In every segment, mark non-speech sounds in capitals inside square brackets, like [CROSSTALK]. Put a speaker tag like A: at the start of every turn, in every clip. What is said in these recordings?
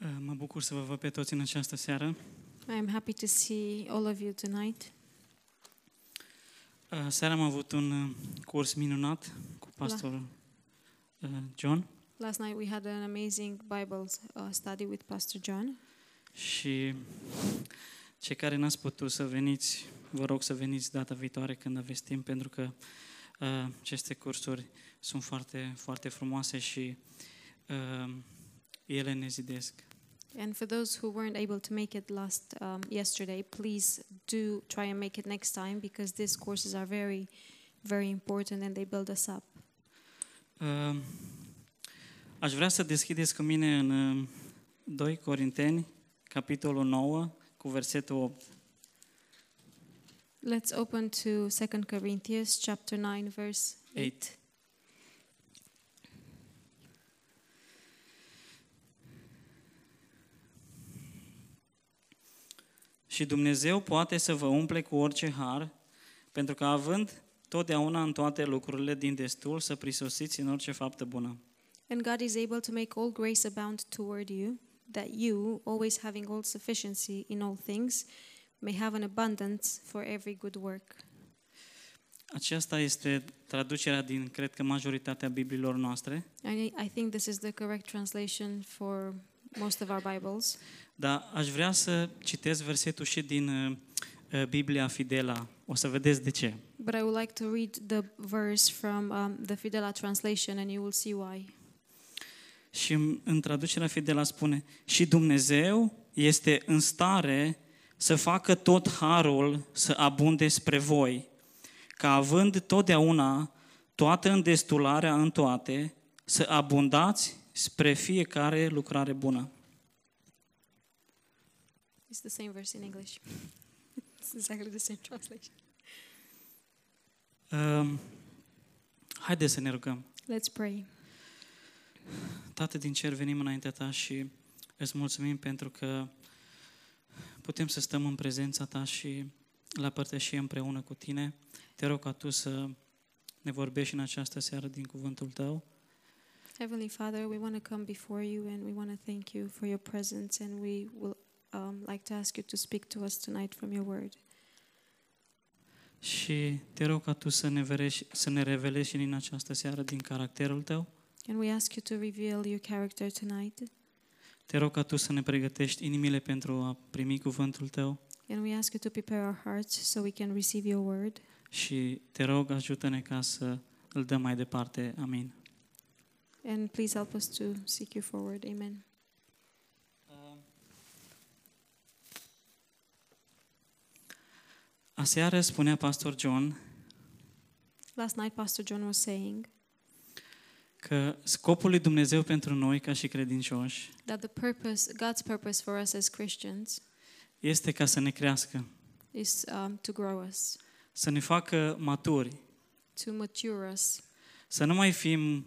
A: Uh, bucur să vă văd pe toți în această seară.
B: I'm happy to see all of you tonight.
A: Uh, Seara am avut un uh, curs minunat cu pastorul uh, John
B: Last night we had an amazing Bible uh, study with Pastor John.
A: și cei care n-ați putut să veniți, vă rog să veniți data viitoare când aveți timp, pentru că uh, aceste cursuri sunt foarte, foarte frumoase și uh, ele ne zidesc.
B: And for those who weren't able to make it last um, yesterday, please do try and make it next time because these courses are very, very important and they build us up.
A: Uh, Aș vrea să deschideți cu mine în uh, 2 Corinteni, capitolul 9, cu versetul 8.
B: Let's open to 2 Corinthians chapter 9 verse 8.
A: Eight. Și Dumnezeu poate să vă umple cu orice har, pentru că având totdeauna în toate lucrurile din destul să prisosiți în orice faptă bună.
B: And God is able to make all grace abound toward you, that you, always having all sufficiency in all things, may have an abundance for every good work.
A: Aceasta este traducerea din, cred că, majoritatea Bibliilor noastre,
B: I, I think this is the correct translation for most of our Bibles.
A: dar aș vrea să citesc versetul și din uh, uh, Biblia Fidela. O să vedeți de ce.
B: But I would like to read the verse from um, the Fidela translation, and you will see why.
A: Și în- în traducerea fidelă spune, și Dumnezeu este în stare să facă tot harul să abunde spre voi, ca având totdeauna toată îndestularea în toate, să abundați spre fiecare lucrare bună.
B: It's the same verse in English. [LAUGHS] it's exactly the same translation.
A: Um, Haideți să ne rugăm.
B: Let's pray.
A: Tată din cer, venim înaintea ta și îți mulțumim pentru că putem să stăm în prezența ta și la părtășie împreună cu tine. Te rog ca tu să ne vorbești în această seară din cuvântul tău
B: Heavenly Father, we want to come before you and we want to thank you for your presence, and we will um, like to ask you to speak to us tonight from your word.
A: și te rog ca tu să ne, verești, să ne revelești în această seară din caracterul tău.
B: And we ask you to reveal your character tonight,
A: Te rog ca tu să ne pregătești inimile pentru a primi cuvântul tău
B: and we ask you to prepare our hearts so we can receive your word.
A: și te rog ajută-ne ca să îl dăm mai departe. Amin.
B: And please help us to seek you forward. Amen.
A: Ă, Aseară spunea pastor John
B: Last night, Pastor John was saying
A: că scopul lui Dumnezeu pentru noi ca și credincioși
B: that the purpose, God's purpose for us as Christians,
A: este ca să ne crească,
B: is um, to grow us,
A: să ne facă maturi,
B: to mature us,
A: să nu mai fim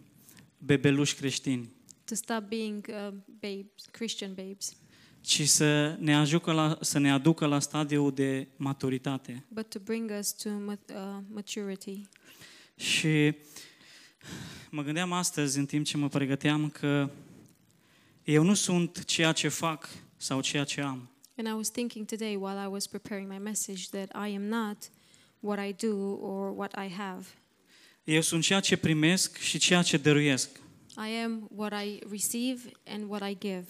A: bebeluși creștini,
B: to stop being uh, babes, Christian babes,
A: ci să ne, ajucă la, să ne aducă la stadiul de maturitate.
B: but to bring us to ma- uh, maturity.
A: Și mă gândeam astăzi, în timp ce mă pregăteam, că eu nu sunt ceea ce fac sau ceea ce am,
B: And I was thinking today while I was preparing my message that I am not what I do or what I have.
A: Eu sunt ceea ce primesc și ceea ce dăruiesc.
B: I am what I receive and what I give.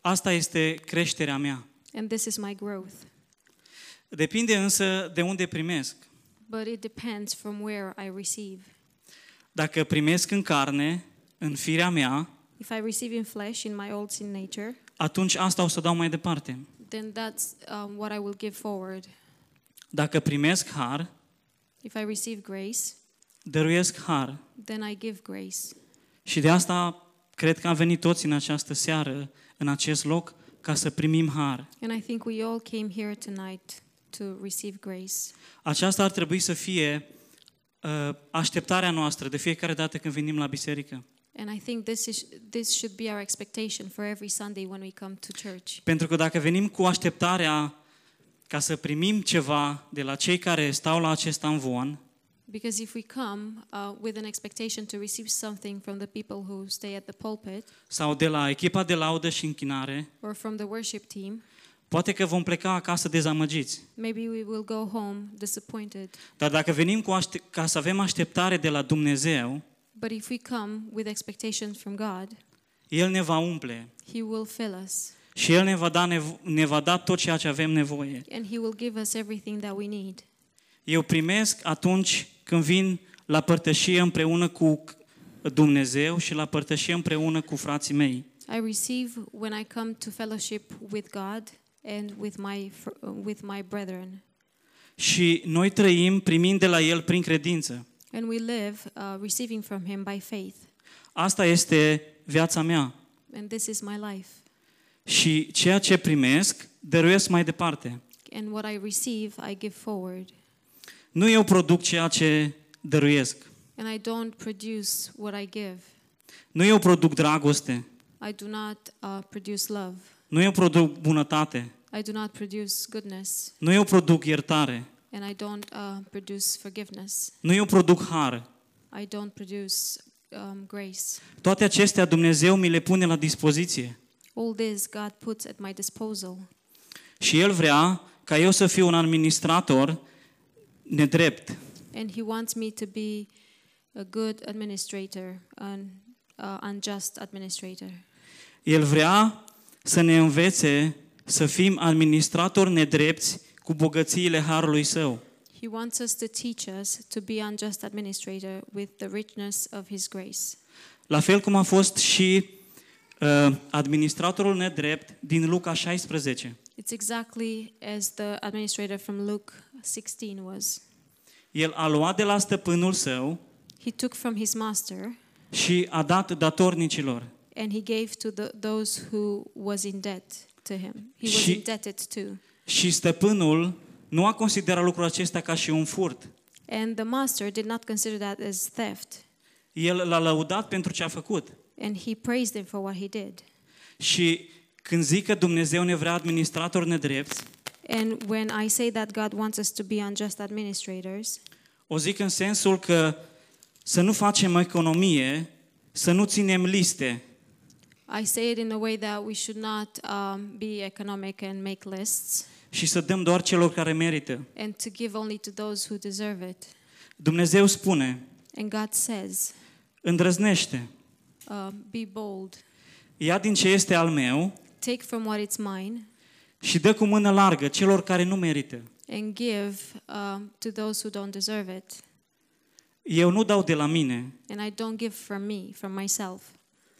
A: Asta este creșterea mea.
B: And this is my growth.
A: Depinde însă de unde primesc.
B: But it depends from where I receive.
A: Dacă primesc în carne, în firea mea,
B: If I receive in flesh, in my old sin nature,
A: atunci asta o să dau mai departe.
B: then that's um, what I will give forward.
A: Dacă primesc har,
B: If I receive grace,
A: dăruiesc har.
B: then I give grace.
A: Și de asta cred că am venit toți în această seară, în acest loc, ca să primim har.
B: And I think we all came here tonight to receive grace.
A: Aceasta ar trebui să fie uh, așteptarea noastră de fiecare dată când venim la biserică.
B: And I think this is this should be our expectation for every Sunday when we come to church.
A: Pentru că dacă venim cu așteptarea ca să primim ceva de la cei care stau la acest amvon,
B: Because if we come uh, with an expectation to receive something from the people who stay at the pulpit
A: sau de la echipa de laudă și închinare,
B: or from the worship team,
A: poate că vom pleca acasă dezamăgiți.
B: maybe we will go home disappointed.
A: Dar dacă venim cu aște- ca să avem așteptare de la Dumnezeu,
B: But if we come with expectations from God,
A: El ne va umple
B: He will fill us
A: și El ne va da, nevo- ne va da tot ceea ce avem nevoie.
B: and He will give us everything that we need.
A: Eu primesc atunci când vin la părtășie împreună cu Dumnezeu și la părtășie împreună cu frații mei.
B: I receive when I come to fellowship with God and with my, fr- uh, with my brethren.
A: Și noi trăim primind de la El prin credință.
B: And we live uh, receiving from Him by faith.
A: Asta este viața mea.
B: And this is my life.
A: Și ceea ce primesc, dăruiesc mai departe.
B: And what I receive, I give forward.
A: Nu eu produc ceea ce dăruiesc.
B: And I don't produce what I give.
A: Nu eu produc dragoste.
B: I do not uh, produce love.
A: Nu eu produc bunătate.
B: I do not produce goodness.
A: Nu eu produc iertare.
B: And I don't uh, produce forgiveness.
A: Nu eu produc har.
B: I don't produce um, grace.
A: Toate acestea Dumnezeu mi le pune la dispoziție.
B: All this God puts at my disposal.
A: Și El vrea ca eu să fiu un administrator nedrept.
B: And He wants me to be a good administrator, an uh, unjust administrator.
A: El vrea să ne învețe să fim administratori nedrepți cu bogățiile harului său.
B: He wants us to teach us to be unjust administrator with the richness of His grace.
A: La fel cum a fost și uh, administratorul nedrept din Luca 16.
B: It's exactly as the administrator from Luke 16 was.
A: El a luat de la stăpânul său
B: He took from his master
A: și a dat datornicilor.
B: and he gave to the, those who was in debt to him. He was
A: Și-
B: indebted to.
A: Și stăpânul nu a considerat lucrul acesta ca și un furt.
B: And the master did not consider that as theft,
A: El l-a lăudat pentru ce a făcut.
B: and he praised him for what he did.
A: Și când zic că Dumnezeu ne vrea administratori nedrepți,
B: And when I say that God wants us to be unjust administrators,
A: o zic în sensul că să nu facem economie, să nu ținem liste,
B: I say it in a way that we should not um, be economic and make lists
A: și să dăm doar celor care merită.
B: and to give only to those who deserve it.
A: Dumnezeu spune,
B: And God says,
A: îndrăznește,
B: um, Be bold,
A: ia din ce este al meu
B: take from what is mine,
A: și dă cu mână largă celor care nu merită.
B: and give um, to those who don't deserve it.
A: Eu nu dau de la mine,
B: And I don't give from me, from myself,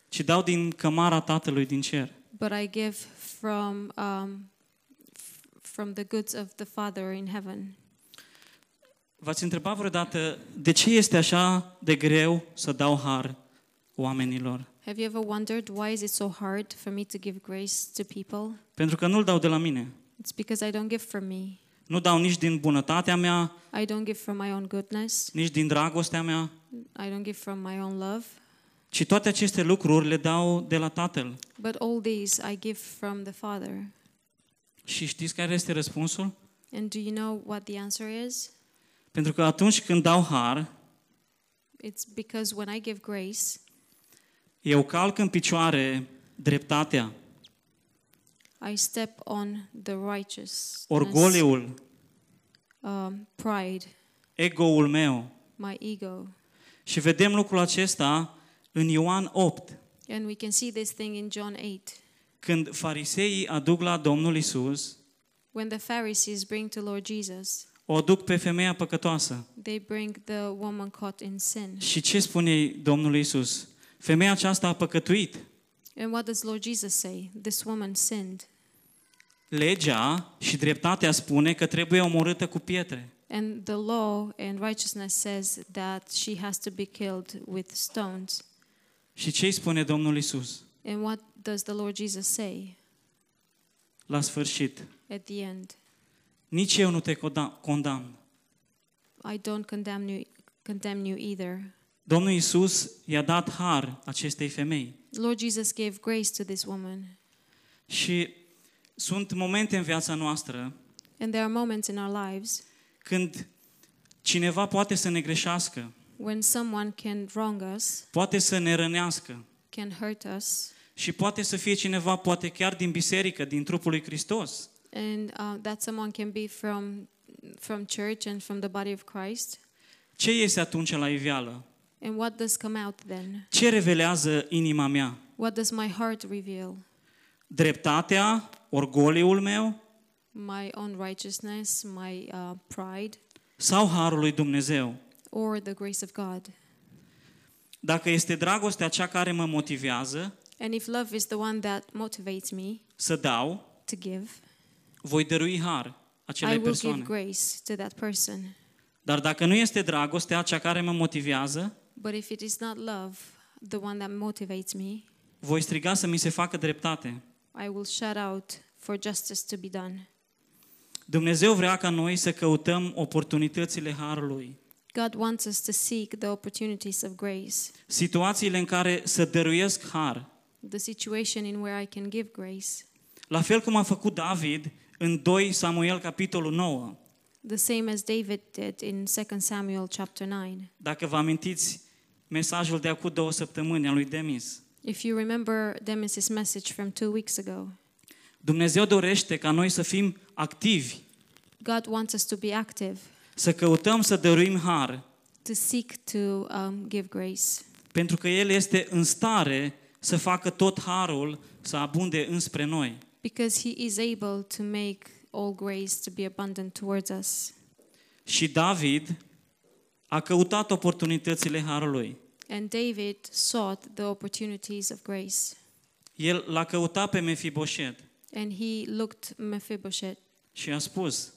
A: ci dau din cămara Tatălui din cer.
B: but I give from um, f- from the goods of the Father in heaven.
A: V-ați întrebat vreodată de ce este așa de greu să dau har oamenilor?
B: Have you ever wondered why is it so hard for me to give grace to people?
A: Pentru că nu-l dau de la mine.
B: It's because I don't give from me.
A: Nu dau nici din bunătatea mea,
B: I don't give from my own goodness.
A: nici din dragostea mea,
B: I don't give from my own love.
A: ci toate aceste lucruri le dau de la Tatăl.
B: But all these I give from the Father.
A: Și știți care este răspunsul?
B: And do you know what the answer is?
A: Pentru că atunci când dau har,
B: It's because when I give grace,
A: eu calc în picioare dreptatea,
B: I step on the righteous
A: orgoliul,
B: um, pride,
A: ego-ul meu.
B: my ego.
A: Și vedem lucrul acesta în Ioan 8,
B: And we can see this thing in John 8.
A: când fariseii aduc la Domnul Isus,
B: When the Pharisees bring to Lord Jesus,
A: o aduc pe femeia păcătoasă.
B: they bring the woman caught in sin.
A: Și ce spune Domnul Isus? Femeia aceasta a păcătuit.
B: And what does Lord Jesus say? This woman sinned.
A: Legea și dreptatea spune că trebuie omorâtă cu pietre.
B: And the law and righteousness says that she has to be killed with stones.
A: Și ce îi spune Domnul Isus?
B: And what does the Lord Jesus say
A: La sfârșit,
B: at the end?
A: nici eu nu te coda- condamn.
B: I don't condemn you, condemn you either.
A: Domnul Isus i-a dat har acestei femei.
B: Lord Jesus gave grace to this woman.
A: Și sunt momente în viața noastră
B: And there are moments in our lives
A: când Cineva poate să ne greșească,
B: When someone can wrong us,
A: poate să ne rănească
B: can hurt us,
A: și poate să fie cineva, poate chiar din biserică, din trupul lui Hristos,
B: and uh, that someone can be from from church and from the body of Christ.
A: ce iese atunci la iveală?
B: And what does come out then?
A: Ce revelează inima mea?
B: What does my heart reveal?
A: Dreptatea, orgoliul meu
B: My own righteousness, my uh, pride,
A: sau harul lui Dumnezeu?
B: or the grace of God?
A: Dacă este dragostea cea care mă motivează
B: And if love is the one that motivates me
A: să dau,
B: to give,
A: voi dărui har
B: I
A: acelei
B: will give
A: persoane.
B: grace to that person.
A: Dar dacă nu este dragostea cea care mă motivează,
B: But if it is not love, the one that motivates me,
A: voi striga să mi se facă dreptate.
B: I will shout out for justice to be done.
A: Dumnezeu vrea ca noi să căutăm oportunitățile harului,
B: God wants us to seek the opportunities of grace,
A: situațiile în care să dăruiesc har,
B: the situation in where I can give grace,
A: la fel cum a făcut David în 2 Samuel capitolul 9.
B: the same as David did in 2 Samuel chapter 9.
A: Dacă vă amintiți mesajul de acum două săptămâni al lui Demis,
B: If you remember Demis's message from two weeks ago,
A: Dumnezeu dorește ca noi să fim activi,
B: God wants us to be active,
A: să căutăm să dăruim har,
B: to seek to um, give grace,
A: pentru că El este în stare să facă tot harul să abunde înspre noi.
B: because He is able to make all grace to be abundant towards us.
A: Și David a căutat oportunitățile harului.
B: And David sought the opportunities of grace,
A: El l-a căutat pe Mefiboset
B: and he looked Mephibosheth,
A: și a spus,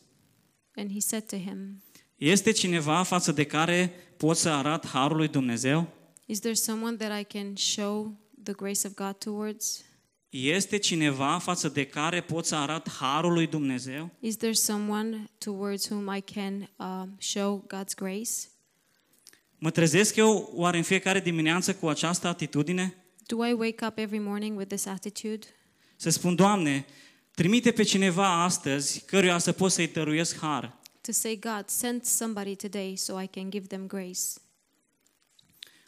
B: and he said to him,
A: este cineva față de care pot să arat harul lui Dumnezeu?
B: Is there someone that I can show the grace of God towards?
A: Este cineva față de care pot să arat harul lui Dumnezeu?
B: Is there someone towards whom I can um, show God's grace?
A: Mă trezesc eu oare în fiecare dimineață cu această atitudine?
B: Do I wake up every morning with this attitude?
A: Să spun, Doamne, trimite pe cineva astăzi căruia să pot să-i dăruiesc har.
B: To say, God, send somebody today so I can give them grace.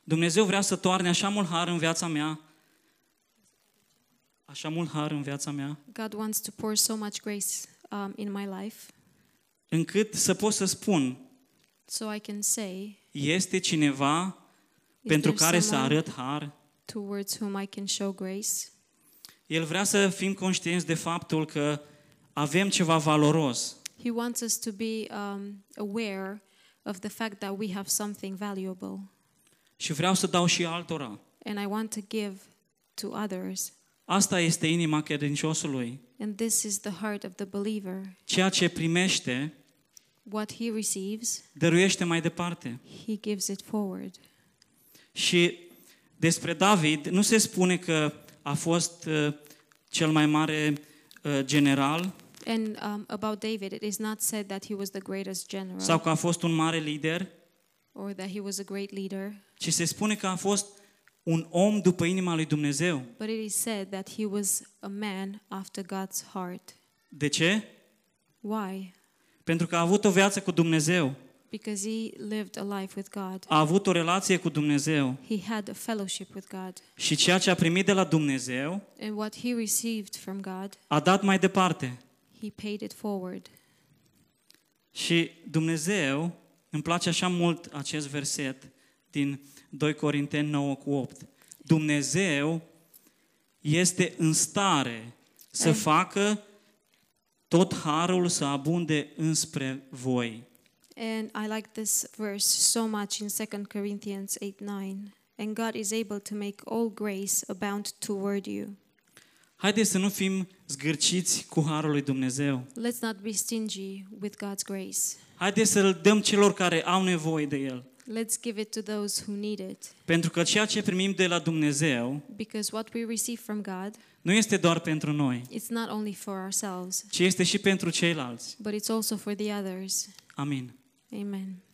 A: Dumnezeu vrea să toarne așa mult har în viața mea, așa mult har în viața mea,
B: God wants to pour so much grace um, in my life
A: încât să pot să spun,
B: so I can say,
A: este cineva pentru
B: there
A: care să
B: someone-
A: arăt har.
B: towards whom I can show grace.
A: El vrea să fim conștienți de faptul că avem ceva valoros,
B: He wants us to be um, aware of the fact that we have something valuable,
A: Și vreau să dau și altora.
B: and I want to give to others.
A: Asta este inima credinciosului.
B: And this is the heart of the believer.
A: Ceea ce primește,
B: What he receives,
A: dăruiește mai departe.
B: he gives it forward.
A: Și despre David nu se spune că a fost uh, cel mai mare uh, general
B: And um, about David, it is not said that he was the greatest general
A: sau că a fost un mare lider,
B: or that he was a great leader,
A: ci se spune că a fost un om după inima lui Dumnezeu.
B: but it is said that he was a man after God's heart.
A: De ce?
B: Why?
A: Pentru că a avut o viață cu Dumnezeu,
B: Because he lived a life with God.
A: a avut o relație cu Dumnezeu
B: He had a fellowship with God.
A: și ceea ce a primit de la Dumnezeu
B: And what he received from God,
A: a dat mai departe.
B: he paid it forward.
A: Și Dumnezeu, îmi place așa mult acest verset din 2 Corinteni 9 cu 8. Dumnezeu este în stare să
B: Ai.
A: facă tot harul să abunde înspre voi.
B: And I like this verse so much in 2 Corinthians 8 9. And God is able to make all grace abound toward you.
A: Haideți să nu fim zgârciți cu harul lui Dumnezeu.
B: Let's not be stingy with God's grace.
A: Haideți să-l dăm celor care au nevoie de el.
B: Let's give it to those who need it.
A: Pentru că ceea ce primim de la Dumnezeu
B: Because what we receive from God,
A: nu este doar pentru noi,
B: it's not only for ourselves,
A: ci este și pentru ceilalți.
B: but it's also for the others.
A: Amin.
B: Amen.